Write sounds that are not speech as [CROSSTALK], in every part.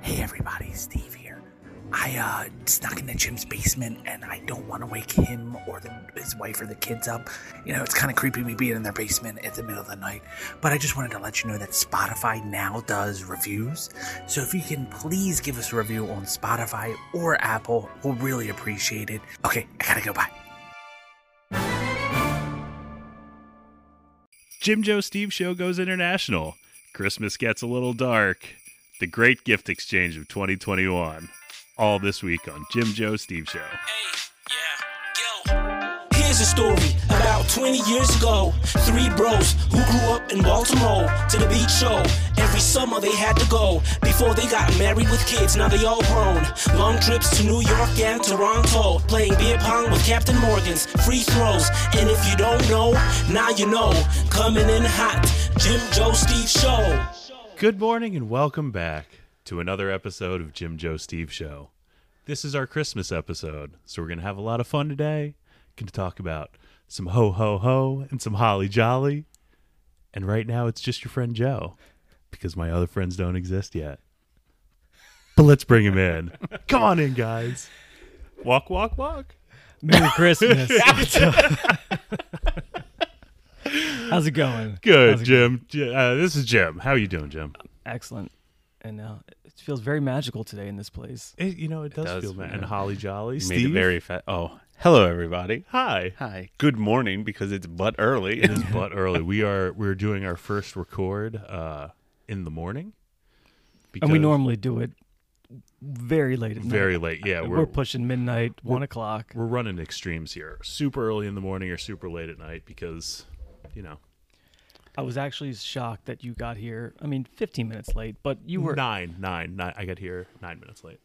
Hey, everybody, Steve here. I uh, snuck into Jim's basement and I don't want to wake him or the, his wife or the kids up. You know, it's kind of creepy me being in their basement at the middle of the night. But I just wanted to let you know that Spotify now does reviews. So if you can please give us a review on Spotify or Apple, we'll really appreciate it. Okay, I gotta go. Bye. Jim Joe Steve Show goes international. Christmas gets a little dark. The Great Gift Exchange of 2021. All this week on Jim Joe Steve Show. Here's a story about 20 years ago. Three bros who grew up in Baltimore to the beach show. Every summer they had to go before they got married with kids. Now they all grown. Long trips to New York and Toronto. Playing beer pong with Captain Morgan's free throws. And if you don't know, now you know. Coming in hot. Jim Joe Steve Show. Good morning and welcome back to another episode of Jim Joe Steve Show. This is our Christmas episode, so we're going to have a lot of fun today. Going to talk about some ho ho ho and some holly jolly. And right now it's just your friend Joe because my other friends don't exist yet. But let's bring him in. Come on in, guys. Walk, walk, walk. [LAUGHS] Merry Christmas. How's it going? How's Good, it Jim. J- Uh, this is Jim. How you doing, Jim? Excellent. And uh, it feels very magical today in this place. It, you know, it does, does, feel man. yeah. And Holly Jolly, Made Steve. it very fast. Oh, hello everybody. Hi. Hi. Good morning because it's but early. It is but early. We are we're doing our first record uh, in the morning. And we because- normally do it very late at night. very late. Yeah, We're, we're we're, pushing midnight, one o'clock. running extremes here. Super early in the morning or super late at night because, you know, I was actually shocked that you got here. I mean, 15 minutes late, but you were nine, nine, nine. I got here nine minutes late.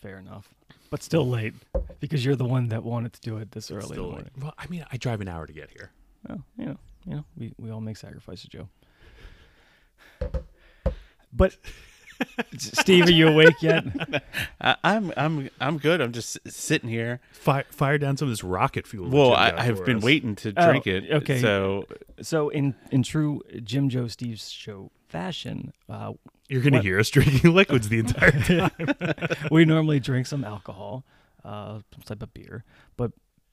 fair enough. But still late because you're the one that wanted to do it this early. in the Still morning. Well, I mean, I drive an hour to get here. Oh, you know, you know, we, we all make sacrifices, Joe. But Steve, are you awake yet? I, I'm I'm I'm good. I'm just s- sitting here. Fire, fire down some of this rocket fuel. that Well, Jim I, got I've for been us. waiting to Oh, drink it. okay. So So in in true Jim Joe Steve's show fashion, uh, You're going to What? hear us drinking [LAUGHS] liquids the entire time. we normally drink some alcohol, uh, some type of beer. But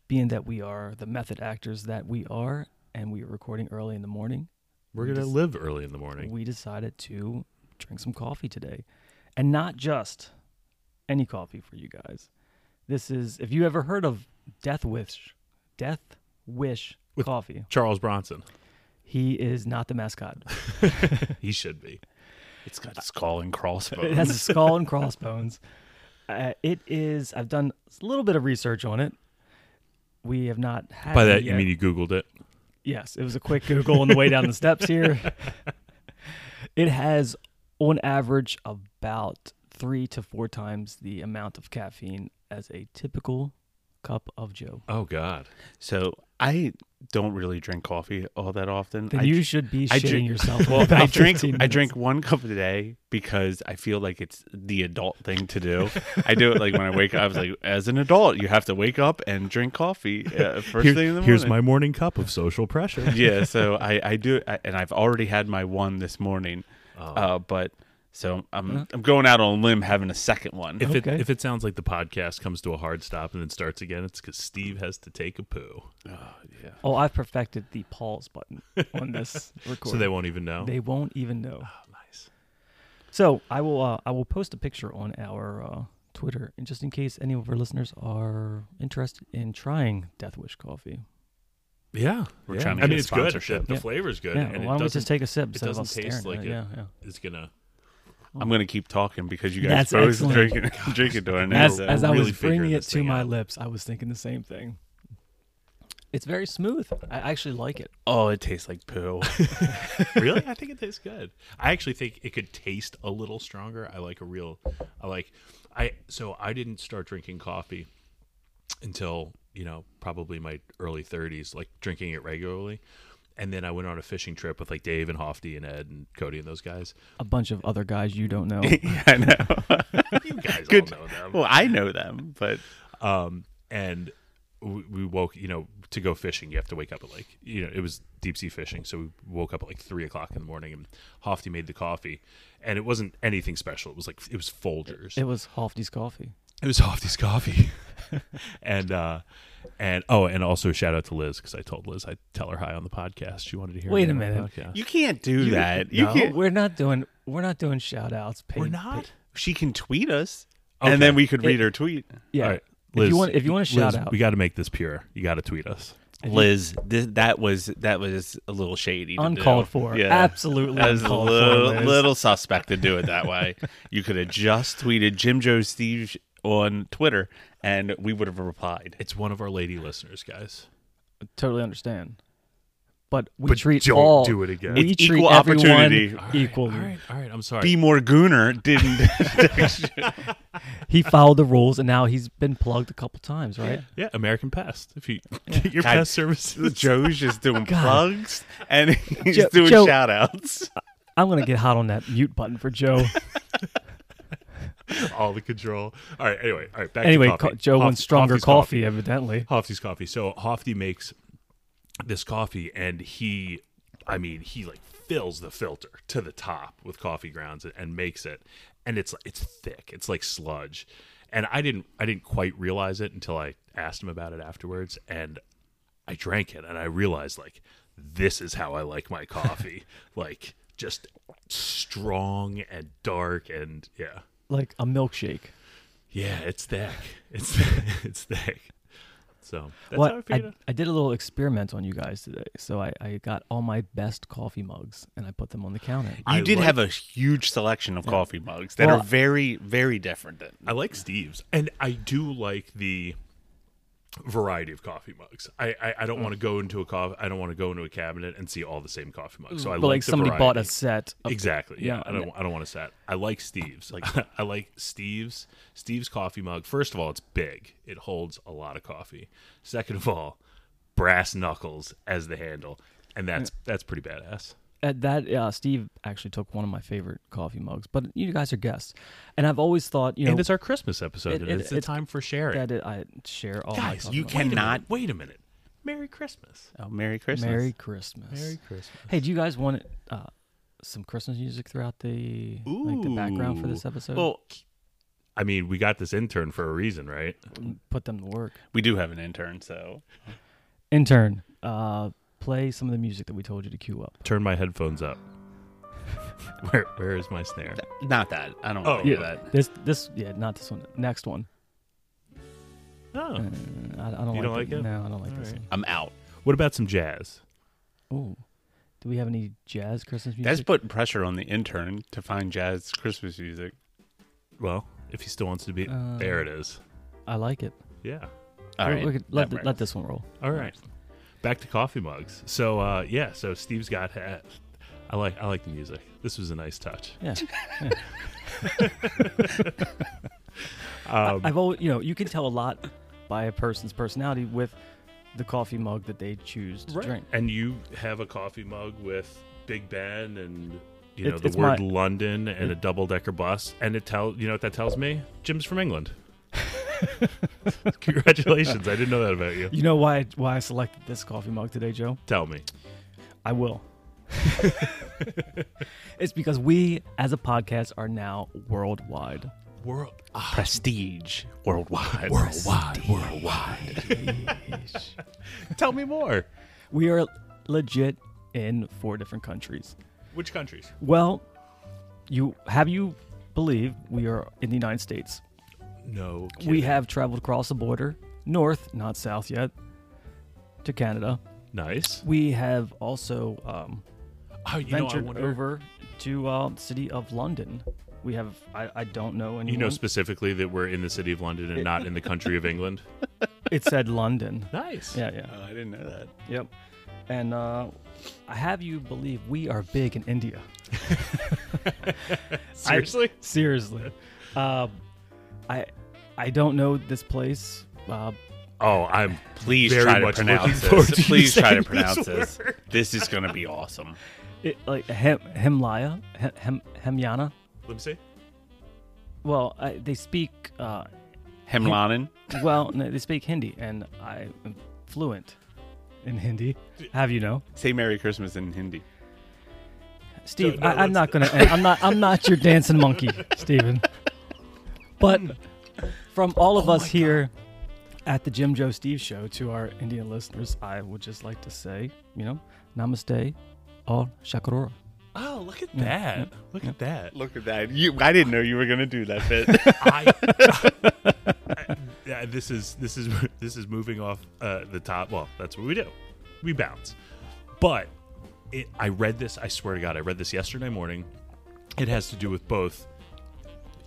being that we are the method actors that we are, and we are recording early in the morning, We're going to Just- live early in the morning. we decided to drink some coffee today, and not just any coffee for you guys. This is if you ever heard of Death Wish, Death Wish coffee. Charles [LAUGHS] Bronson. He is not [LAUGHS] the mascot. He should be. it's got a skull and crossbones. It [LAUGHS] has a skull and crossbones. Uh, it is. I've done a little bit of research on it. We have not had By it that, you yet. mean you Googled it? yes? It was a quick Google on the way down the steps here. [LAUGHS] It has, on average, about three to four times the amount of caffeine as a typical cup of Joe. Oh, God. So I don't really drink coffee all that often. Then I you dr- should be I shitting [LAUGHS] drink- yourself. [LAUGHS] Well, about I drink 15 I minutes. drink one cup a day because I feel like it's the adult thing to do. I do it like when I wake up. I was like, as an adult, you have to wake up and drink coffee uh, first Here- thing in the here's morning. my morning cup of social [LAUGHS] pressure. yeah, so I I do, I, and I've already had my one this morning, Oh. uh, but so I'm Uh-huh. I'm going out on a limb having a second one. If, it, Okay. if it sounds like the podcast comes to a hard stop and then starts again, it's because Steve has to take a poo. Oh, I've perfected the pause button on [LAUGHS] this recording. So they won't even know. They won't Ah. even know. So I will uh, I will post a picture on our uh, Twitter, and just in case any of our listeners are interested in trying Death Wish coffee. yeah. We're yeah. trying to I get mean, a it's good. The, sponsorship. the Yeah. flavor's good. yeah, and why it don't we just doesn't- take a sip? It instead of doesn't us taste staring like at it. Yeah, yeah. It's going to. I'm gonna keep talking because you guys Oh. That's both [LAUGHS] excellent. drinking drinking during this. As, so- as I really was bringing figuring it this to thing my out. lips, I was thinking the same thing. It's very smooth. I actually like it. oh, it tastes like poo. really? [LAUGHS] I think it tastes good. I actually think it could taste a little stronger. I like a real I like I so I didn't start drinking coffee until, you know, probably my early 30s, like drinking it regularly. And then I went on a fishing trip with like Dave and Hofty and Ed and Cody and those guys. A bunch of other guys you [LAUGHS] don't know. yeah, I know. You guys all know them. Well, I know them, but Um, and we we woke you know to go fishing you have to wake up at like you know it was deep sea fishing so we woke up at like three o'clock in the morning and Hofty made the coffee and it wasn't anything special it was like it was Folgers It was Hofty's coffee. it was Hofty's coffee [LAUGHS] and uh and oh and also shout out to Liz because I told Liz I'd tell her hi on the podcast she wanted to hear me Wait a on the minute. podcast. You can't do that. You No, can't. we're not doing we're not doing shout outs. Paid, we're not She can tweet us, Okay. and then we could read It- her tweet. yeah. All right, if Liz, you want if you want to shout Liz, out, we got to make this pure you got to tweet us Liz, th- that was that was a little shady, to do. uncalled for. Yeah. Absolutely That was a uncalled for. little, Liz. little suspect to do it that way. you could have just tweeted Jim Joe Steve on Twitter, and we would have replied. it's one of our lady listeners guys Totally understand. But we But treat don't all do it again. We It's treat equal everyone opportunity. [LAUGHS] equally. all right all right I'm sorry Be more gooner [LAUGHS] didn't. He followed the rules, and now he's been plugged a couple times, right? Yeah, American Pest. If you get [LAUGHS] your God. pest services, Joe's just doing plugs and he's Joe- doing Joe- shout outs. I'm gonna get hot on that mute button for [LAUGHS] Joe. all the control. All right. Anyway, all right. Back anyway, to coffee. co- Joe Hof- wants stronger Hofty's coffee, evidently. Hofty's coffee. So Hofty makes this coffee, and he, I mean, he like fills the filter to the top with coffee grounds and, and makes it, and it's it's thick. It's like sludge, and I didn't I didn't quite realize it until I asked him about it afterwards, and I drank it, and I realized like this is how I like my [LAUGHS] coffee, like just strong and dark and yeah. Like a milkshake. Yeah, it's thick. [LAUGHS] It's it's thick. So that's Well, how I I, figured I, it. did a little experiment on you guys today. So I, I got all my best coffee mugs and I put them on the counter. You I did like- have a huge selection of coffee mugs that Well- are very, very different. Than, I like Steve's, and I do like the variety of coffee mugs. I I, I Mm. don't want to go into a coffee. I don't want to go into a cabinet and see all the same coffee mugs. So I Mm, but like, like the somebody bought a variety. set. Of, Exactly. Yeah, Yeah, I don't. I don't want to set. I like Steve's. Like [LAUGHS] I like Steve's. Steve's coffee mug. First of all, it's big. It holds a lot of coffee. Second of all, brass knuckles as the handle, and that's that's pretty badass. At that, uh, Steve actually took one of my favorite coffee mugs. But you guys are guests, and I've always thought, you know, and it's our Christmas episode. It- and it- it's the it's- time for sharing. that it, I share all my Guys, coffee you mugs. cannot- cannot. Wait a minute. Merry Christmas. oh, Merry Christmas. Merry Christmas. Christmas. Hey, do you guys want uh, some Christmas music throughout the like the background for Ooh. this episode? Well, I mean, we got this intern for a reason, right? Put them to work. we do have an intern, so Intern, uh, play some of the music that we told you to queue up. Turn my headphones up. [LAUGHS] where Where is my snare? not that. I don't Oh. want to hear that. This, this, yeah, not this one. Next one. Oh. I, I don't You like don't like the- it? No, I don't like this I'm out. What about some jazz? one. Ooh, do we have any jazz Christmas music? That's putting pressure on the intern to find jazz Christmas music. Well, if he still wants to be, Uh, there it is. I like it. Yeah. All We- right, we could let, that th- let this one roll. All right. Back to coffee mugs. So uh, yeah. So Steve's got. Uh, I like. I like the music. This was a nice touch. Yeah. yeah. [LAUGHS] I, have always, you know, you can tell a lot by a person's personality with the coffee mug that they choose to drink. And you have a coffee mug with Big Ben and you know It's- the it's word my- London and a double decker bus, and it tell you know what that tells me? Jim's from [LAUGHS] England. Congratulations! I didn't know that about you. You know why why I selected this coffee mug today, Joe? Tell me. I will. [LAUGHS] it's because we, as a podcast, are now worldwide. World prestige worldwide. worldwide, worldwide. tell me more. We are legit in four different countries. Which countries? Well, you have you believe we are in the United States. No. We kidding. have traveled across the border, north, not south yet, to Canada. nice. We have also um, Oh, you know, I ventured wonder. over to uh, the city of London. We have I, I don't know anyone. you know specifically that we're in the city of London and not in the country of [LAUGHS] England. it said London. Nice. Yeah, yeah. Uh, I didn't know that. Yep. And uh, I have you believe we are big in India. Seriously? I- seriously. Um, I I don't know this place. Uh, oh, I'm Please Very try to much looking pronounce forward this. to you Please try saying to this pronounce this. word. This is going to be awesome. it, like Hem, Himlaya, Hem, Hem, Hemyana. Let me see. Well, I, they speak uh, Hemlanin. Well, no, they speak Hindi, and I am fluent in Hindi. Have you know, Say Merry Christmas in Hindi. Steve? no, I, I'm not let's- gonna. I'm not. I'm not your dancing [LAUGHS] monkey, Steven. But from all of us here at the Jim Joe Steve Show to our Indian listeners, I would just like to say, you know, Namaste, all Shakarora. Oh, look at that! Look at that! Uh, Look at that. You, I didn't know you were gonna do that bit. [LAUGHS] [LAUGHS] I, Yeah, this is this is this is moving off uh, the top. Well, that's what we do. We bounce. But it, I read this. I swear to God, I read this yesterday morning. It has to do with both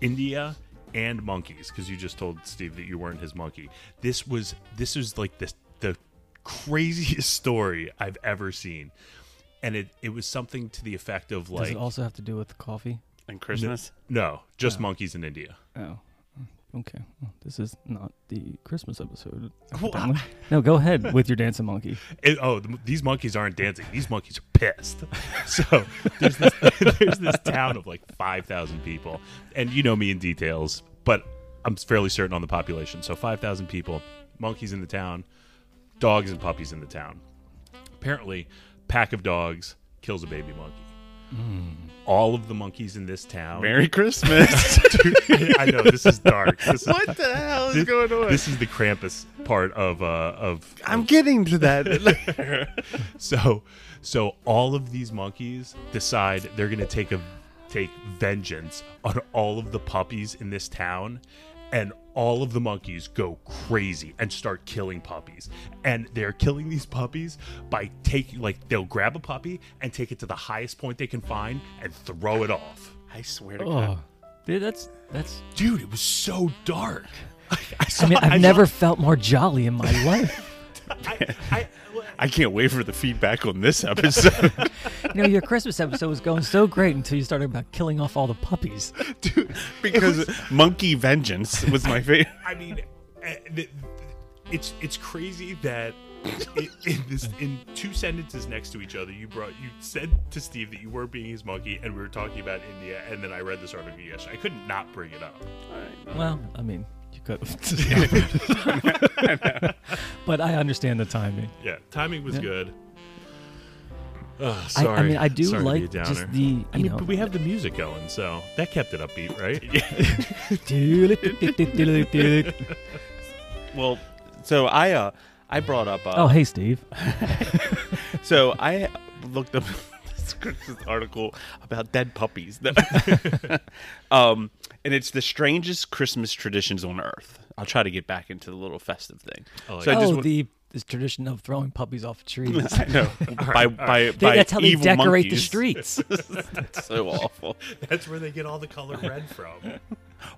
India and monkeys because you just told Steve that you weren't his monkey. This was this was like the the craziest [LAUGHS] story I've ever seen, and it it was something to the effect of Does like it also have to do with coffee? and Christmas. no, just monkeys in India. Oh. Okay, well, this is not the Christmas [LAUGHS] episode. Well, evidently. no, go ahead with your dancing monkey. it, oh, th- these monkeys aren't dancing. These monkeys are pissed. [LAUGHS] So there's this, [LAUGHS] there's this town of like 5,000 people. And you know me in details, but I'm fairly certain on the population. So 5,000 people, monkeys in the town, dogs and puppies in the town. Apparently, pack of dogs kills a baby monkey. Hmm. All of the monkeys in this town. [LAUGHS] Merry Christmas. [LAUGHS] I know this is dark. This is, [LAUGHS] what the hell is this, going on? this is the Krampus part of uh, of I'm getting to that. [LAUGHS] So, so all of these monkeys decide they're gonna take a take vengeance on all of the puppies in this town, and all of the monkeys go crazy and start killing puppies. And they're killing these puppies by taking like they'll grab a puppy and take it to the highest point they can find and throw it off. I swear to Oh, God. dude, that's that's. Dude, it was so dark. I, saw, [LAUGHS] I mean, I've I saw- never felt more jolly in my life. I, I, [LAUGHS] I can't wait for the feedback on this episode. you know, your Christmas episode was going so great until you started about killing off all the puppies. Dude, [LAUGHS] because Monkey Vengeance was my favorite. I mean, eh, th- it's it's crazy that i in this in two sentences next to each other, you brought you said to Steve that you were being his monkey, and we were talking about India, and then I read this article yesterday. I could not bring it up. Well, I mean, you could. have [LAUGHS] but I understand the timing. Yeah, timing was good. Ugh, I, sorry. I mean, I do Sorry to be a like just downer. the you I mean, know. but we have the music going, so that kept it upbeat, right? [LAUGHS] Well, so I uh, I brought up. Uh, oh, hey, Steve. So I looked up [LAUGHS] this Christmas article about dead puppies. [LAUGHS] No. um, and it's the strangest Christmas traditions on earth. I'll try to get back into the little festive thing. like so I just Oh, wa- the this tradition of throwing puppies off [LAUGHS] trees. I know [LAUGHS] by by, They- by that's how they evil decorate the monkeys. streets. [LAUGHS] That's so awful. [LAUGHS] That's where they get all the color red from. [LAUGHS]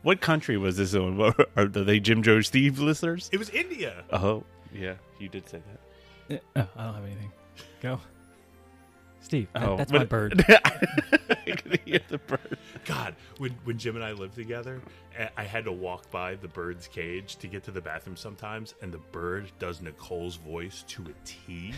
What country was this in? Are are they Jim Joe Steve listeners? It was India. Oh, yeah, you did say that. Uh, oh, I don't have anything. Go, Steve. that- Oh, that's but- my [LAUGHS] bird. I [LAUGHS] could hear the bird. God, when when Jim and I lived together, a- I had to walk by the bird's cage to get to the bathroom sometimes, and the bird does Nicole's voice to a T,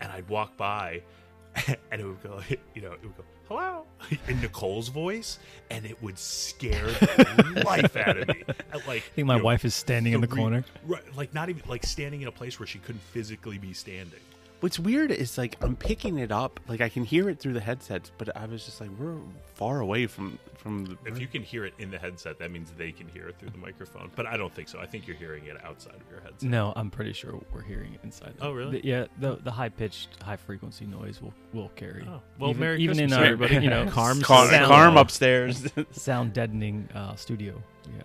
and I'd walk by, [LAUGHS] and it would go, [LAUGHS] you know, it would go hello [LAUGHS] in Nicole's voice, and it would scare [LAUGHS] the life out of me. At, Like, I think my wife is standing in the corner. right, like not even like standing in a place where she couldn't physically be standing. What's weird is like I'm picking it up, like I can hear it through the headsets, but I was just like, we're far away from from the. If you can hear it in the headset, that means they can hear it through the microphone. But I don't think so. I think you're hearing it outside of your headset. No, I'm pretty sure we're hearing it inside. Oh, really? The- yeah, the the high pitched, high frequency noise will will carry. Oh, well, even, Merry even Christmas, in our everybody. you [LAUGHS] know Calm- Car- sound, uh, Carm upstairs. [LAUGHS] sound deadening uh, studio. Yeah,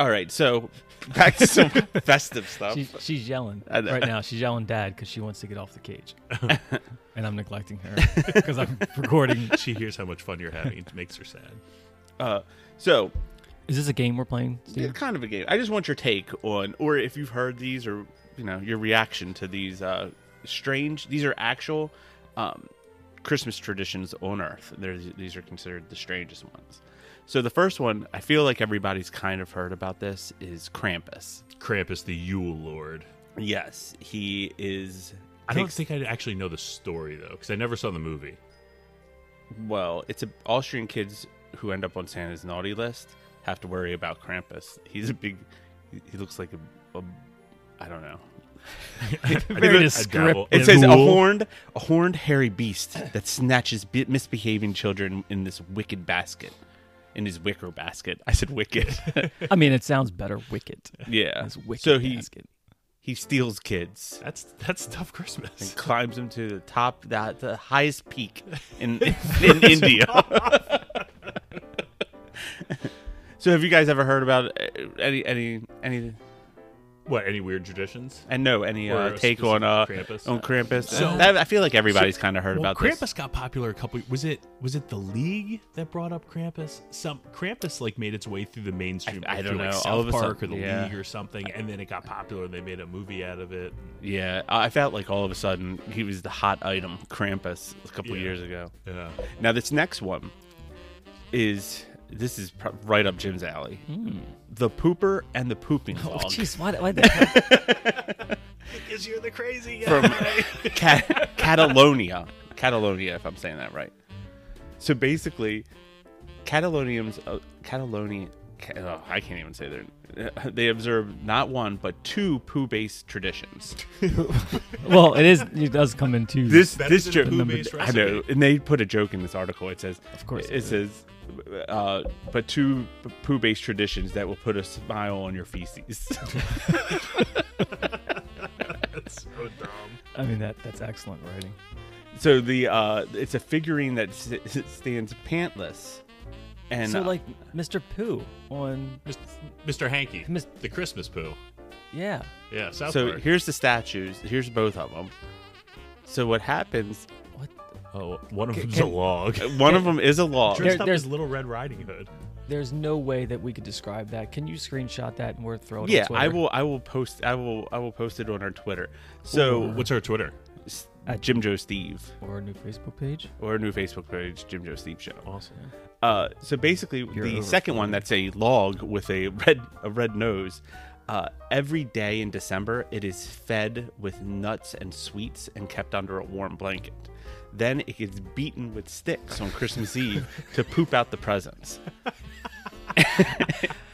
All right, so back to some festive stuff. she, she's yelling I know. right now. She's yelling dad because she wants to get off the cage, [LAUGHS] and I'm neglecting her because I'm recording. [LAUGHS] she hears how much fun you're having. It makes her sad. Uh, so Is this a game we're playing? yeah, Steve? kind of a game. I just want your take on, or if you've heard these, or you know your reaction to these uh, strange. These are actual um, Christmas traditions on Earth. They're, these are considered the strangest ones. So the first one, I feel like everybody's kind of heard about this, is Krampus. Krampus, the Yule Lord. Yes, he is. I don't think I actually know the story though, because I never saw the movie. Well, it's a, Austrian kids who end up on Santa's naughty list have to worry about Krampus. He's a big He- He looks like a, a I don't know. Very dabble. descriptive. It says a Ghoul. horned, a horned hairy beast that snatches bi- misbehaving children in this wicked basket, in his wicker basket. I said wicked. I mean, it sounds better. Wicket. yeah. It's wicked so he basket. he steals kids That's that's tough Christmas. and climbs them to the top, the, the highest peak [LAUGHS] in in, in India. so have you guys ever heard about uh, any any any What any weird traditions? and no any Or uh, a take on uh specific Krampus? on Krampus? So- That- I feel like everybody's kind of heard well, about Krampus this. got popular a couple. Was it was it the League that brought up Krampus? Some Krampus like made its way through the mainstream. I- I through, don't like, know. South All of a Park sudden- or the yeah. League or something, and then it got popular. and They made a movie out of it. Yeah, I I felt like all of a sudden he was the hot item, Krampus, a couple Yeah. years ago. Yeah. Now this next one is this is pro- right up Jim's alley. Hmm. The pooper and [LAUGHS] the pooping Oh, dog jeez, why, why the Because you're the crazy guy. from Ca- Catalonia, Catalonia, if I'm saying that right. So basically, Catalonians, uh, Catalonia, Ca- oh, I can't even say their. [LAUGHS] They observe not one but two [LAUGHS] poo-based traditions. Well, it is. It does come in two. this Better this than a joke poo-based I know, recipe. and they put a joke in this article. It says, Of course it, they says, uh, but two poo-based traditions that will put a smile on your feces. [LAUGHS] That's so dumb. I mean, that that's excellent writing. so the uh, it's a figurine that s- stands pantless, and so, uh, like Mr. Pooh on, Mis- Mr. Hanky, Mis- the Christmas poo. yeah. Yeah, South so Park. here's the statues. Here's both of them. So what happens? What? oh, one of Can- them's a can- log. One of them is a log. Dressed up there's- as Little Red Riding Hood. There's no way that we could describe that. Can you screenshot that and we're throwing? Yeah, I will. I will post. I will. I will post it on our Twitter. Oh, So what's our Twitter? s- At- Jim Joe Steve Or a new Facebook page. or our new Facebook page, Jim Joe Steve Show. Awesome. Uh, so basically, the over second one that's a log with a red a red nose. Uh, every day in December, it is fed with nuts and sweets and kept under a warm blanket. Then it gets beaten with sticks on Christmas Eve to poop out the presents. [LAUGHS]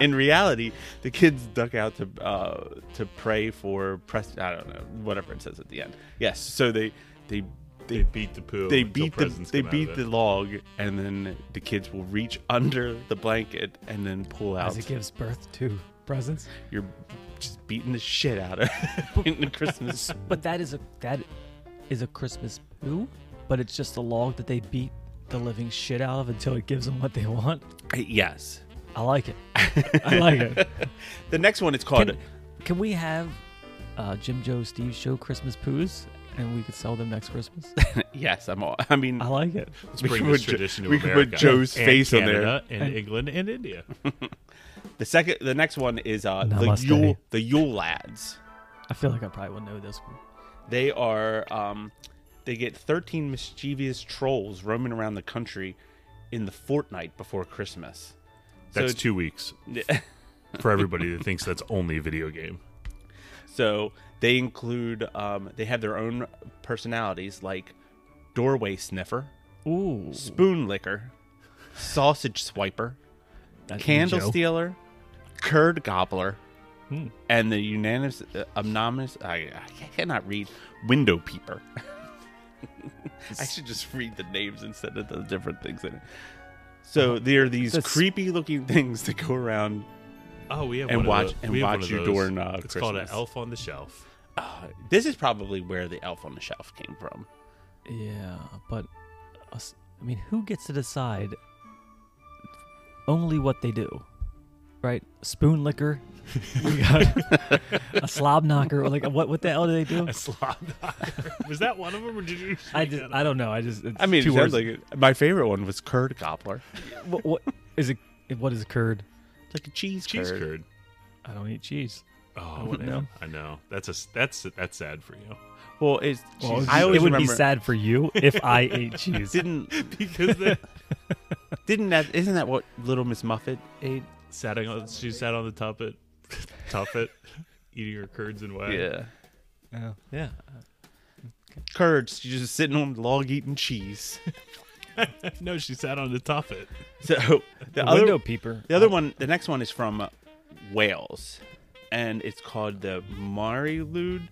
in reality, the kids duck out to uh, to pray for press. I don't know whatever it says at the end. Yes, so they they they, They beat the poo. they until beat the presents they come out of beat it. the log, and then the kids will reach under the blanket and then pull out. As it gives birth to [LAUGHS] presents. You're just beating the shit out of [LAUGHS] in the Christmas. [LAUGHS] But that is a that is a Christmas poo. But it's just a log that they beat the living shit out of until it gives them what they want. yes. I like [LAUGHS] it. I like it. The next one is called. Can, can we have uh, Jim Joe Steve show Christmas poos and we could sell them next [LAUGHS] Christmas? yes, I'm all. I mean, I like it. Let's we bring can this put Jo- tradition to we can put America. Joe's and face on there. Canada And, [LAUGHS] England and India. the second, the next one is uh, the Namaste. Yule, the Yule lads. I feel like I probably will know this one. They are um, they get 13 mischievous trolls roaming around the country in the fortnight before Christmas. That's So- two weeks for everybody that thinks that's only a video game. So they include, um, they have their own personalities like doorway sniffer, Ooh, spoon licker, sausage swiper, candle Joe. stealer, curd gobbler, Hmm. and the unanimous, uh, anonymous, I, I cannot read, window peeper. [LAUGHS] I should just read the names instead of the different things in it. So there are these Uh-huh. That's- creepy looking [LAUGHS] things that go around. Oh, we have one And of watch- those- and we have watch one of you those. during, uh, It's called an Christmas. elf on the shelf. [LAUGHS] Uh, this is probably where the elf on the shelf came from. Yeah, but us, I mean, who gets to decide only what they do? Right? Spoon licker, we got a slob knocker, or like what? What the hell do they do? A slob knocker. [LAUGHS] Was that one of them, or did you? just I make just, that I up? don't know. I just, it's I mean, it two words. sounds like it. my favorite one was curd gobbler, what, what is it? What is curd? It's like a cheese cheese curd. I don't eat cheese. Oh, man. wouldn't know. I know. That's a s- that's that's sad for you Well, it's Well, I always it would be remember sad for you if I ate cheese. [LAUGHS] [LAUGHS] didn't because the [LAUGHS] didn't that isn't that what Little Miss Muffet ate? sat on she sat on the [LAUGHS] tuffet, tuffet, eating her curds and whey. Oh, yeah. curds. She's just sitting on the log eating cheese. No, she sat on the tuffet. [LAUGHS] So the window other peeper. the other one, the next one is from uh, Wales, and it's called the Marilude.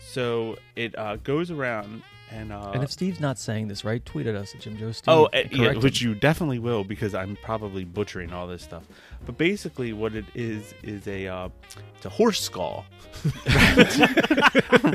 So it uh, goes around and uh, Oh, and if Steve's not saying this right, tweet at us at Jim Joe Steve. Oh, and uh, yeah, correct which him. you definitely will because I'm probably butchering all this stuff. But basically, what it is is a uh, it's a [LAUGHS] horse skull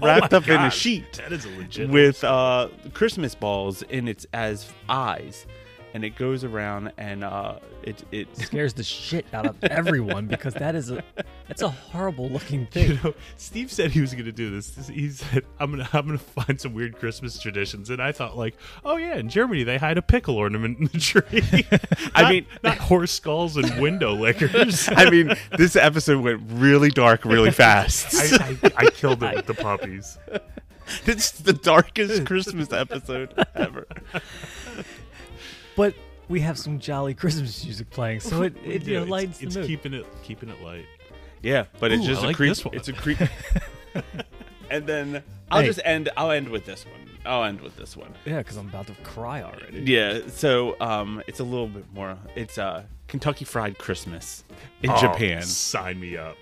wrapped up in a sheet Oh That is a legit. [LAUGHS] with uh, Christmas balls in its as eyes, and it goes around and uh, it it [LAUGHS] scares the shit out [LAUGHS] of everyone because that is a that's a horrible [LAUGHS] looking thing. You know, Steve said he was going to do this. He said, "I'm gonna, I'm gonna find some weird Christmas traditions." And I thought, like, oh yeah, in Germany they hide a pickle ornament in the [LAUGHS] tree. Not- mean- not horse skulls and window [LAUGHS] lickers. I mean, this episode went really [LAUGHS] dark really [LAUGHS] fast. I, I, I killed it with the puppies. it's the darkest [LAUGHS] Christmas episode ever. But we have some jolly Christmas music playing, so [LAUGHS] it, it you know, it's- lights it's the mood. keeping it keeping it light. Yeah, but it's Ooh, just I a like creep. this one. It's [LAUGHS] a creep. and then I'll Hey. just end. I'll end with this one. I'll end with this one. yeah, because I'm about to cry already. Yeah. So um, it's a little bit more. It's uh, Kentucky Fried Christmas in Oh, Japan. sign me up.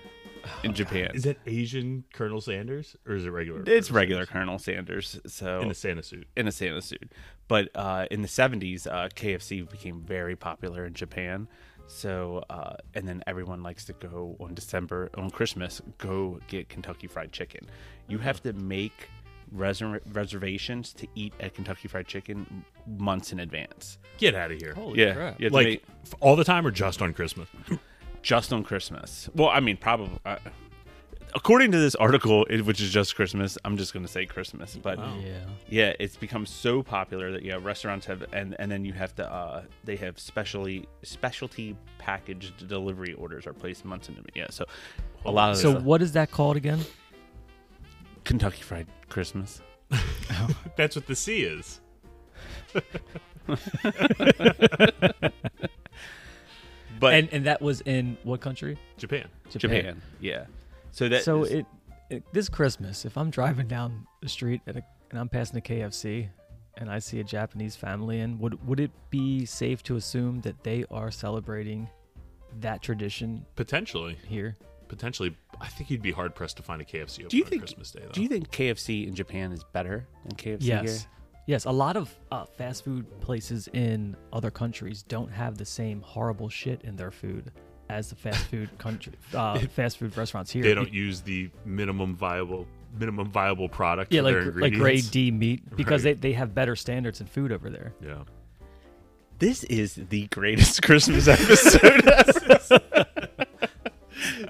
In Japan, Is that Asian Colonel Sanders or is it regular? it's regular Colonel Sanders. So in a Santa suit. in a Santa suit. But uh, in the 70s, uh, KFC became very popular in Japan. So, uh, and then everyone likes to go on December, on Christmas, go get Kentucky Fried Chicken. You have to make reser- reservations to eat at Kentucky Fried Chicken months in advance. Get out of here. Holy Yeah. crap! You have to like make- f- all the time or just on Christmas? just on Christmas. Well, I mean, probably. Uh, according to this article, it- which is just Christmas, I'm just going to say Christmas. But Yeah. Yeah, it's become so popular that yeah, restaurants have and and then you have to uh they have specially specialty packaged delivery orders are placed months in yeah. So a lot of So this- uh, what is that called again? Kentucky Fried Christmas. [LAUGHS] That's what the C is. But And and that was in what country? Japan. Japan. Yeah. So that so is- it, it this Christmas, if I'm driving down the street at a, and I'm passing a KFC and I see a Japanese family in, would would it be safe to assume that they are celebrating that tradition Potentially. here? Potentially. I think you'd be hard pressed to find a KFC open do you on think Christmas Day though. Do you think KFC in Japan is better than KFC Yes. Yes, a lot of uh, fast food places in other countries don't have the same horrible shit in their food as the fast [LAUGHS] food country uh, fast food restaurants here. they don't use the minimum viable minimum viable product yeah, for like their gr- like grade ingredients? D [LAUGHS] meat because Right. they, they have better standards in food over there. Yeah. [LAUGHS] here? This is the greatest [LAUGHS] Christmas episode.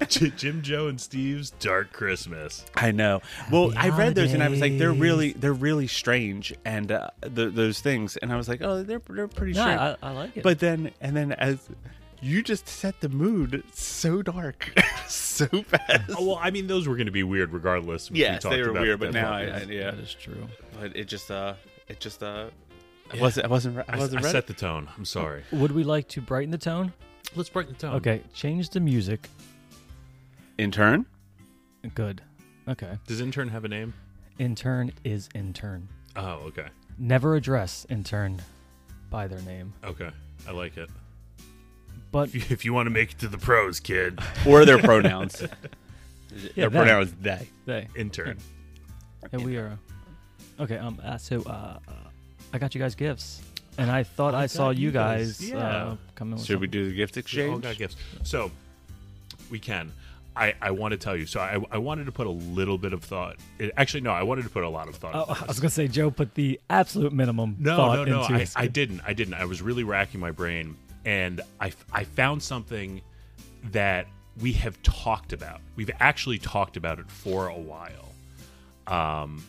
J- Jim Joe and Steve's Dark Christmas. I know. Well, I read those and I was like, they're holidays. really, they're really strange, and uh, th- those things. And I was like, oh, they're they're pretty No, strange. I, I like it. But then, and then as you just set the mood so dark, [LAUGHS] so fast. Oh, well, I mean those were going to be weird regardless. We [LAUGHS] Yes, talked they were about weird, but that now one. I, I yeah, that is true. but it just uh, it just uh, I wasn't, I wasn't, re- I I, I wasn't ready. set the tone. I'm sorry. Would we like to brighten the tone? Oh, Let's break the tone. Okay, change the music. Intern, Good. Okay. Does intern have a name? Intern is intern. Oh, okay. Never address intern by their name. Okay. I like it. [LAUGHS] But If you, if you want to make it to the pros, kid, or [LAUGHS] their pronouns. yeah, their pronouns they. they. intern. And we are. Okay. Um. Uh, so, uh, uh, I got you guys gifts, and I thought I, saw got you you guys, guys, yeah. uh, coming. With Should we something. do the gift We all exchange? "Oh, got gifts. So we can. I, I want to tell you. So I, I wanted to put a little bit of thought. It, actually, no, I wanted to put a lot of thought. into Oh, I this. was gonna say Joe put the absolute minimum no, thought no, no. into I, his I gift. didn't. I didn't. I was really racking my brain, and I, f- I found something that we have talked about. We've actually talked about it for a while. Um,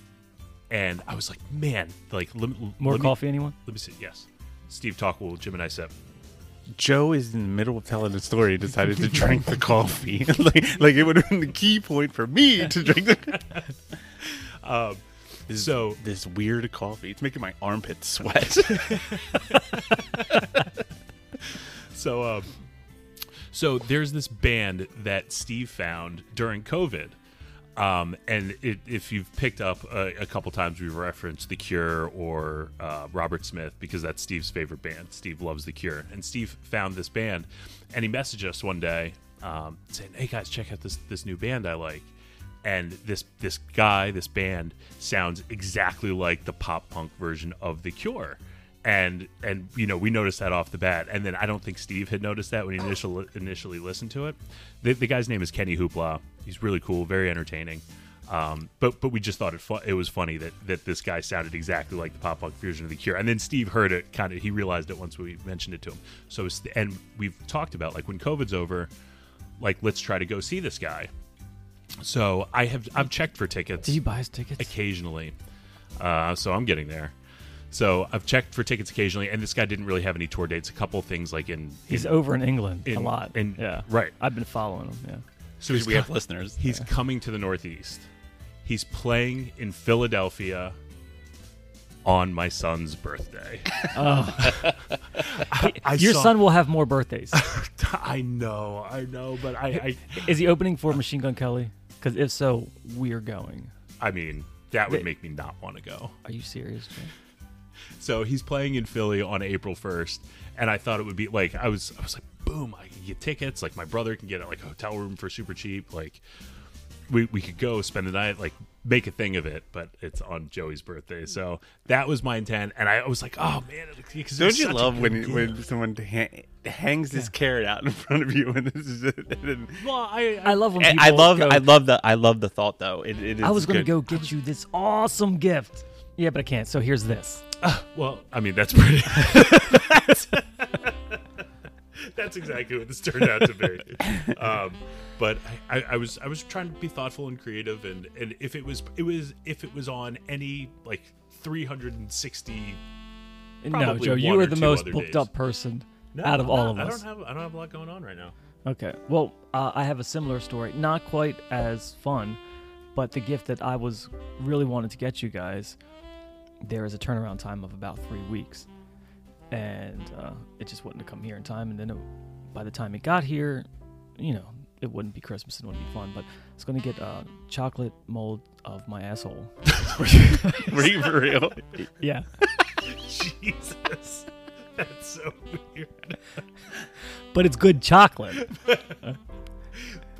and I was like, man, like let, me- More let me- coffee, anyone? let me see. Yes, Steve Talkwell, Jim and I sip. Joe is in the middle of telling a story. Decided to drink the coffee. [LAUGHS] like, like it would have been the key point for me to drink the. [LAUGHS] So This weird coffee. It's making my armpits [LAUGHS] sweat. So, um, so there's this band that Steve found during COVID. Um, and it, if you've picked up a, a couple times, we've referenced The Cure or uh, Robert Smith because that's Steve's favorite band. Steve loves The Cure. And Steve found this band and he messaged us one day um, saying, "Hey guys, check out this this new band I like." And this this guy, this band sounds exactly like the pop punk version of The Cure. And and you know we noticed that off the bat, and then I don't think Steve had noticed that when he initial, initially listened to it. The, the guy's name is Kenny Hoopla. He's really cool, very entertaining. Um, but but we just thought it fu- it was funny that that this guy sounded exactly like the pop punk version of the Cure, and then Steve heard it, kind of he realized it once we mentioned it to him. So it's- and we've talked about like when COVID's over, like let's try to go see this guy. So I have I've checked for tickets Did you buy his tickets? occasionally, uh, so I'm getting there. So I've checked for tickets occasionally, and this guy didn't really have any tour dates. A couple things like in He's in- over in England a in- lot. in- yeah, right. I've been following him. Yeah. so he's we have co- listeners. He's coming to the Northeast. He's playing in Philadelphia on my son's birthday. I, I Your saw- son will have [LAUGHS] more birthdays. [LAUGHS] I know, I know, but I, Is he opening for Machine Gun Kelly? Because if so, we are going. I, I mean, that would They- make me not want to go. Are you serious? Jay? So he's playing in Philly on April 1st, and I thought it would be like I was I was like, boom, I can get tickets. Like my brother can get like a hotel room for super cheap. Like we we could go spend the night, like make a thing of it. But it's on Joey's birthday, so that was my intent. And I was like, oh man, because Don't you love when when someone ha- hangs this carrot out in front of you and this is it? And then- Well, Eh, I, I love when people. I love go, I love the I love the thought though. It, it is I was gonna good. go get you this awesome gift. Yeah, but I can't. So here's this. well, I mean that's pretty. [LAUGHS] That's exactly what this turned out to be. Um, but I, I, I was I was trying to be thoughtful and creative, and, and if it was it was if it was on any like 360 no, Probably Joe, one you are or the two most other booked days. up person No, out of I'm not- all of I us. don't have I don't have a lot going on right now. Okay. Well, uh, I have a similar story. Not quite as fun, but the gift that I was really wanted to get you guys, there is a turnaround time of about three weeks, and uh, it just wouldn't have come here in time. And then, it, by the time it got here, you know, it wouldn't be Christmas and wouldn't be fun. But it's gonna get a chocolate mold of my asshole. [LAUGHS] Were you for real? Yeah. Jesus, that's so [LAUGHS] weird. [LAUGHS] but it's good chocolate.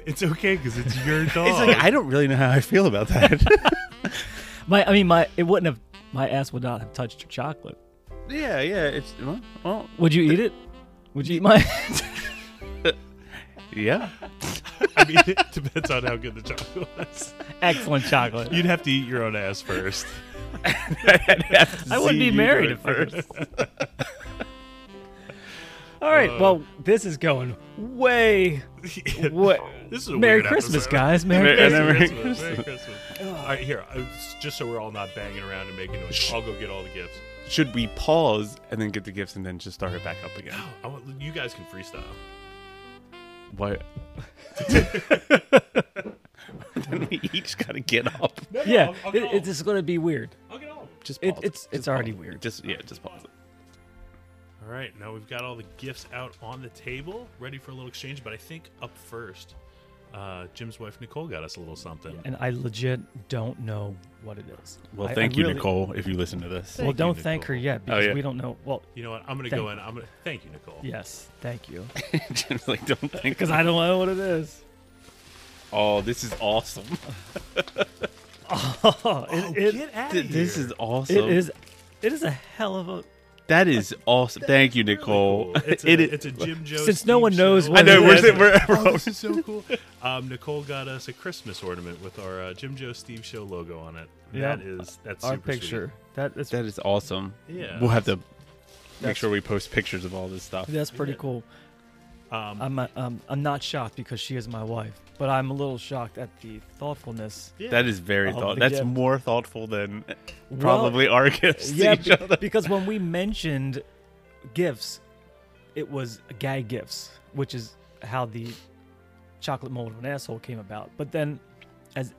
It's okay because it's your dog. It's like I don't really know how I feel about that. [LAUGHS] My, I mean, my it wouldn't have. My ass would not have touched your chocolate. yeah, yeah. It's well, well Would you eat it? Would you eat my? [LAUGHS] yeah. [LAUGHS] I mean, it depends on how good the chocolate was. Excellent chocolate. You'd have to eat your own ass [LAUGHS] first. I wouldn't be married if I could. [LAUGHS] All right. well, this is going way. [LAUGHS] What? This is a Merry weird Christmas, episode. guys. Merry Merry- Christmas. Merry Merry Christmas. Merry Christmas. All right, here. uh, s- Just so we're all not banging around and making noise, I'll go get all the gifts. Should we pause and then get the gifts and then just start it back up again? No, I want, you guys can freestyle. [GASPS] What? [LAUGHS] then we each gotta get up. No, no, Yeah, I'll, I'll it, get all. it's just going to be weird. I'll get all. Just It- pause it's- it's Just already pause it. weird. Just yeah, just pause it. All right, now we've got all the gifts out on the table, ready for a little exchange. But I think up first, uh, Jim's wife Nicole got us a little something. And I legit don't know what it is. Well, I- I thank you, really- Nicole, if you listen to this. Well, [LAUGHS] you, don't thank Oh, her Nicole. yet because yeah. we don't know. Well, You know what? I'm gonna go in. I'm gonna thank you, Nicole. yes, thank [LAUGHS] you Jim's like, don't think. because I don't know what it is. Oh, this is awesome. Oh, it, it- out Th- This is awesome. it is. It is a hell of a. That is awesome. Thank you, Nicole. It's a, [LAUGHS] It is- it's a Jim Joe. Since no one knows show. what I know, it we're- is. we're- [LAUGHS] we're oh, this is so cool. Um, Nicole got us a Christmas ornament with our uh, Jim Joe Steve Show logo on it. Yeah. That is that's Our super sweet. picture. That is. that is awesome. Yeah. We'll have to make That's- sure we post pictures of all this stuff. That's pretty cool. I'm uh, um, I'm not shocked because she is my wife, but I'm a little shocked at the thoughtfulness. That is very Of thought. the That's gift. more thoughtful than probably [LAUGHS] our gifts. to yeah, each [LAUGHS] be- other. because when [LAUGHS] we mentioned gifts, it was gag gifts, which is how the chocolate mold of an asshole came about. But then, as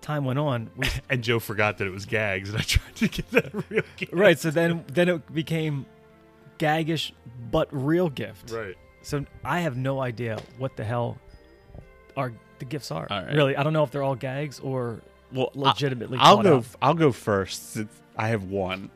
time went on, [LAUGHS] we, And Joe forgot that it was gags, and I [LAUGHS] tried to get that real gift. right? So then then it became gaggish but real gift. Right. So I have no idea what the hell are the gifts are. All right. Really, I don't know if they're all gags or Well, I- legitimately. I'll thought go. out. f- I'll go first. Since I have one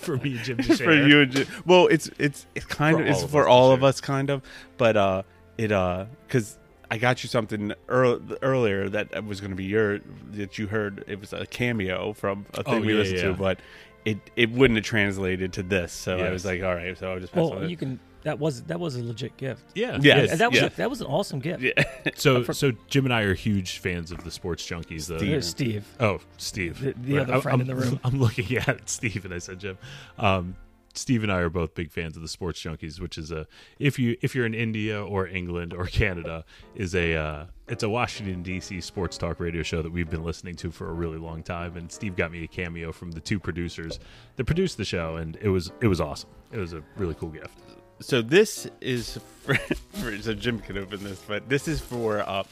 For me, [LAUGHS] Jim. for you. And Ju- well, it's it's it's kind For of it's all of us for to all of share. us, kind of. But uh, it uh because I got you something ear- earlier that was going to be your that you heard. It was a cameo from a thing Oh, we yeah, listened yeah. to, but it it wouldn't have translated to this. So I was Yes. like, all right, so I'll just pass Well, on it. you can. That was that was a legit gift. Yeah. Yes. And that was yeah. a, that was an awesome gift. yeah. So so Jim and I are huge fans of the sports junkies. The There's Steve. Oh, Steve. The- the other I'm- friend I'm- in the room. [LAUGHS] I'm looking at Steve and I said Jim. Um, Steve and I are both big fans of the Sports Junkies, which is a if you if you're in India or England or Canada is a uh, it's a Washington D.C. sports talk radio show that we've been listening to for a really long time. And Steve got me a cameo from the two producers that produced the show, and it was it was awesome. It was a really cool gift. so this is [LAUGHS] for, for so Jim can open this, but this is for uh,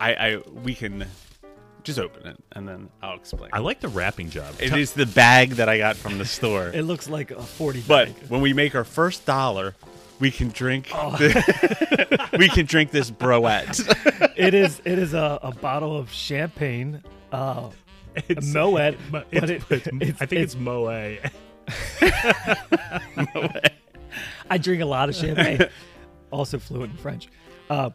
I I we can just open it and then I'll explain. I like the wrapping job. It Tell- is the bag that I got from the store. It looks like a forty. But bag. when we make our first dollar, we can drink. Oh. the- [LAUGHS] we can drink this broette. it is it is a, a bottle of champagne. Uh, [LAUGHS] [LAUGHS] it's, Mo- Moet, but it's- it- it's- it's- I think it's Moe. I drink a lot of [LAUGHS] champagne. also fluent in French. Uh,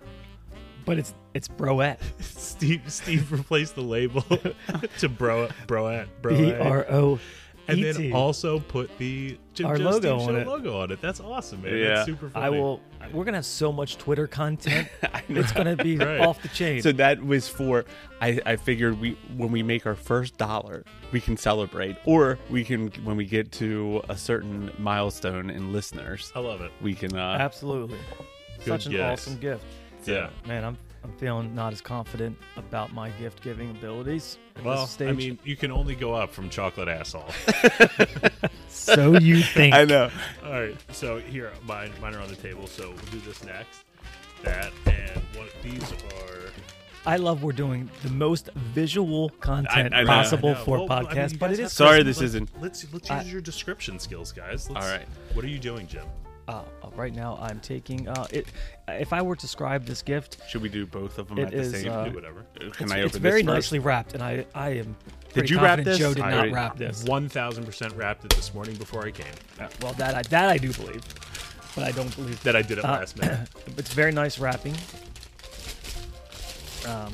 but it's it's broette. Steve Steve replaced the label [LAUGHS] to bro broat bro B R O and E then T. also put the Jim Our Joe logo Steve on Show it. logo on it. That's awesome, man. Yeah. That's super funny. I will. We're gonna have so much Twitter content. it's gonna [LAUGHS] be Right. off the chain. So that was for. I, I figured we when we make our first dollar, we can celebrate, or we can when we get to a certain milestone in listeners, I love it. we can. Uh, Absolutely, Good such an guess. awesome gift. Yeah. Man, I'm I'm feeling not as confident about my gift giving abilities. At Well, this stage. I [LAUGHS] mean, [LAUGHS] you can only go up from chocolate asshole. [LAUGHS] so you think? I know. All right. So here, mine, mine are on the table. So we'll do this next. That and what these are. I love we're doing the most visual content I- I know, possible I know. for Well, I mean, podcast, you but guys it have is to- Sorry this let's- isn't- Let's let's use I- your description skills, guys. Let's, All right. What are you doing, Jim? uh, uh, right now. I'm taking uh, it. If I were to describe this gift, Should we do both of them It at the is, same? uh, do whatever. can it's, I open it's very this first? nicely wrapped, and I I am. pretty you wrap confident this? Joe did I not already- wrap this. One thousand percent wrapped it this morning before I came. Well, that I, that I do believe, but I don't believe That I did it Uh, last [CLEARS THROAT] minute. It's very nice wrapping. Um,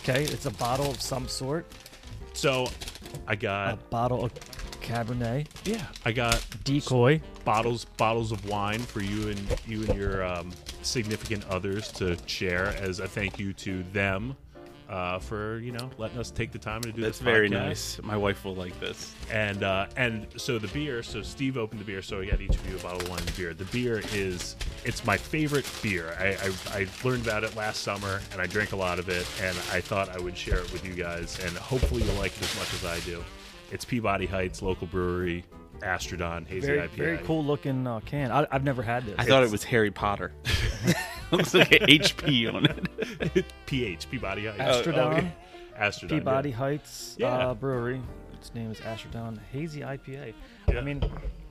okay, it's a bottle of some sort. So I A got Oh, bottle of Cabernet. yeah, I got Decoy. bottles bottles of wine for you and you and your um, significant others to share as a thank you to them uh, for you know letting us take the time to do That's this. very podcast. nice. My wife will like this. And uh, and so the beer. So Steve opened the beer. So I got each of you a bottle of wine and beer. The beer is it's my favorite beer. I, I I learned about it last summer and I drank a lot of it and I thought I would share it with you guys and hopefully you'll like it as much as I do. It's Peabody Heights local brewery, Astrodon hazy Very, IPA. very [LAUGHS] cool looking uh, can. I, I've never had this. I thought it was Harry [LAUGHS] Potter. Looks like an HP on [LAUGHS] it. PH Peabody Heights. Astrodon. Astrodon. yeah. Peabody Heights Yeah. uh, Brewery. Its name is Astrodon Hazy IPA. Yeah. I mean,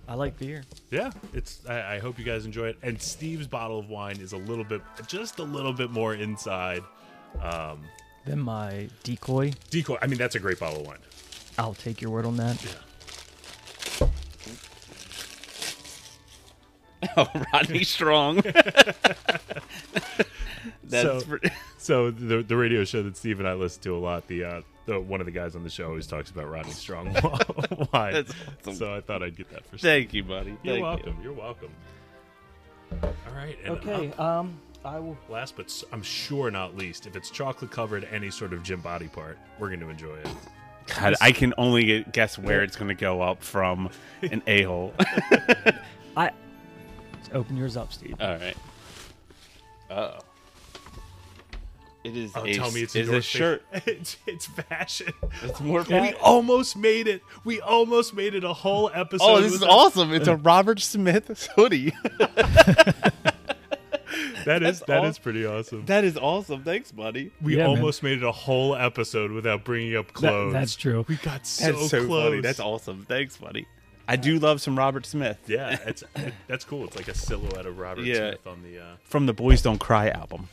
I like beer. Yeah, it's. I, I hope you guys enjoy it. And Steve's bottle of wine is a little bit, just a little bit more inside. Then my decoy. Decoy. I mean, that's a great bottle of wine. I'll take your word on that. Oh, Rodney [LAUGHS] Strong. So- That's for- So the the radio show that Steve and I listen to a lot. The uh, the one of the guys on the show always talks about Rodney Strong [LAUGHS] wine. That's awesome. So I thought I'd get that for. Steve. [LAUGHS] thank you, buddy. You're Thank welcome. You. are welcome. All right. And Okay. up Um, I will. last but s- I'm sure not least, if it's chocolate covered any sort of gym body part, we're going to enjoy it. You. God, I can only get, guess where it's going to go up from [LAUGHS] an a hole. I open yours up, Steve. All right. Oh. It is. Oh, a, tell me it's is your a shirt. [LAUGHS] it's, it's fashion. It's more. We almost made it. We almost made it a whole episode. Oh, this is without- awesome! It's a Robert Smith hoodie. That is That's that aw- is pretty awesome. that is awesome. Thanks, buddy. we Yeah, man. almost made it a whole episode without bringing up clothes. that's true. We got so, That's so, close. [LAUGHS] funny. That's awesome. Thanks, buddy. I do love some Robert Smith. Yeah, it's that's cool. It's like a silhouette of Robert Yeah. Smith on the. Uh, From the Boys Don't Cry album.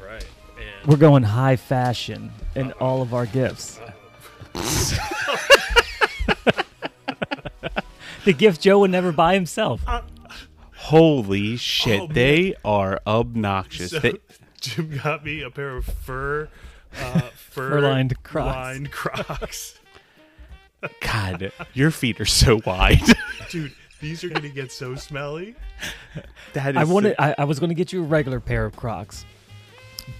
all right, and We're going high fashion in all of our gifts. [LAUGHS] Uh, the gift Joe would never buy himself. Holy shit, they are obnoxious. So They- [LAUGHS] Jim got me a pair of fur, uh, fur Fur-lined Crocs. lined Crocs. God, your feet are so wide. Dude, these are gonna get so smelly. that I so- wanted. I, I was going to get you a regular pair of Crocs,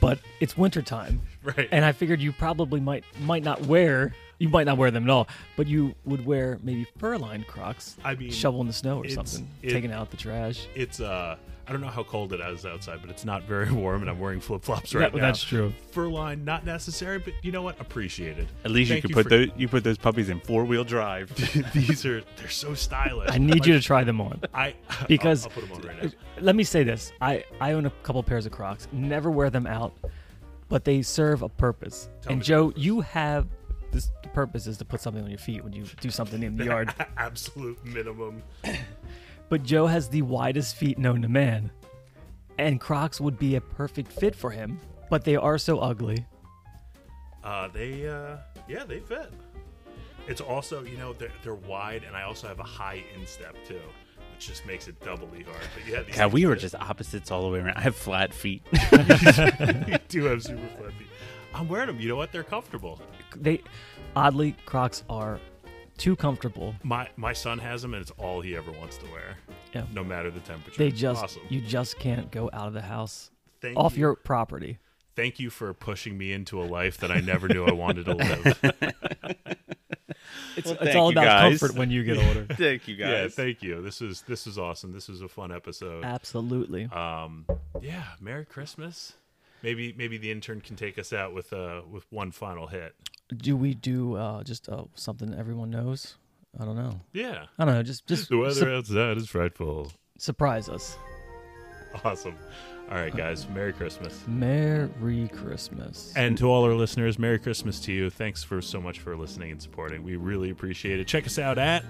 but it's wintertime, Right. and I figured you probably might might not wear. You might not wear them at all, but you would wear maybe fur-lined Crocs. I mean, shoveling the snow or it's- something, it- taking out the trash. It's uh, I don't know how cold it is outside, but it's not very warm, and I'm wearing flip flops right That- now. that's true. Fur line, not necessary, but you know what? Appreciated. At least you Thank could put for- those you put those puppies in four wheel drive. [LAUGHS] these are they're so stylish. I need you to try them on. I Because- I'll, I'll put them on right now. Let me say this: I I own a couple pairs of Crocs. Never wear them out, but they serve a purpose. Tell and me the Joe, you have this the purpose is to put something on your feet when you do [LAUGHS] something in the yard. Absolute minimum. But Joe has the widest feet known to man, and Crocs would be a perfect fit for him. But they are so ugly. Uh, they uh, yeah, they fit. It's also you know they're they're wide, and I also have a high instep too, which just makes it doubly hard. But yeah, these [LAUGHS] God, we things [LAUGHS] were fit. just opposites all the way around. I have flat feet. you do have super flat feet. I'm wearing them. You know what? They're comfortable. They oddly Crocs are too comfortable. My my son has them, and it's all he ever wants to wear. Yeah. No matter the temperature. They just awesome. you just can't go out of the house thank off you, your property. Thank you for pushing me into a life that I never knew I wanted [LAUGHS] to live. [LAUGHS] It's, thank it's all you, about guys. comfort when you get [LAUGHS] older. [LAUGHS] Thank you yeah. Thank you. This is this was awesome. This was a fun episode. Absolutely. Um. Yeah. Merry Christmas. Maybe maybe the intern can take us out with uh with one final hit. do we do uh, just uh, something everyone knows? I don't know. Yeah. I don't know. Just just The weather su- outside is frightful. surprise us. Awesome. All right, guys. Merry Christmas. Merry Christmas. And to all our listeners, Merry Christmas to you. Thanks for so much for listening and supporting. We really appreciate it. Check us out at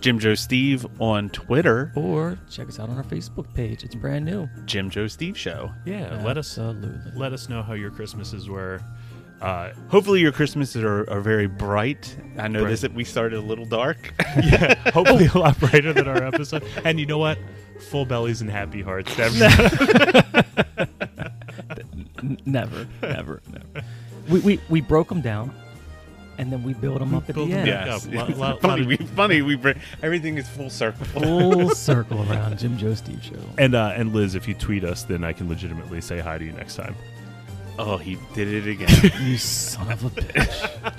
Jim Joe Steve on Twitter. or check us out on our Facebook page. It's brand new. Jim Joe Steve Show. yeah. Let us Absolutely. uh, let us know how your Christmases were. Uh, Hopefully your Christmases are, are very bright. I know this we started a little dark. [LAUGHS] hopefully a lot brighter than [LAUGHS] our episode. And you know what? Full bellies and happy [LAUGHS] hearts. to everyone. N- never, never, never. We, we we broke them down, and then we build them up [LAUGHS] at the build 'em end. back up. Lo- lo- lot [LAUGHS] funny, of- we, funny we bring everything is full circle. Full circle around Jim Joe Steve show. and uh, and Liz, if you tweet us, then I can legitimately say hi to you next time. Oh, he did it again. You son of a bitch.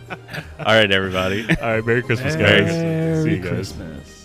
[LAUGHS] All right, everybody. [LAUGHS] All right, Merry Christmas, guys. Merry See you guys. Christmas.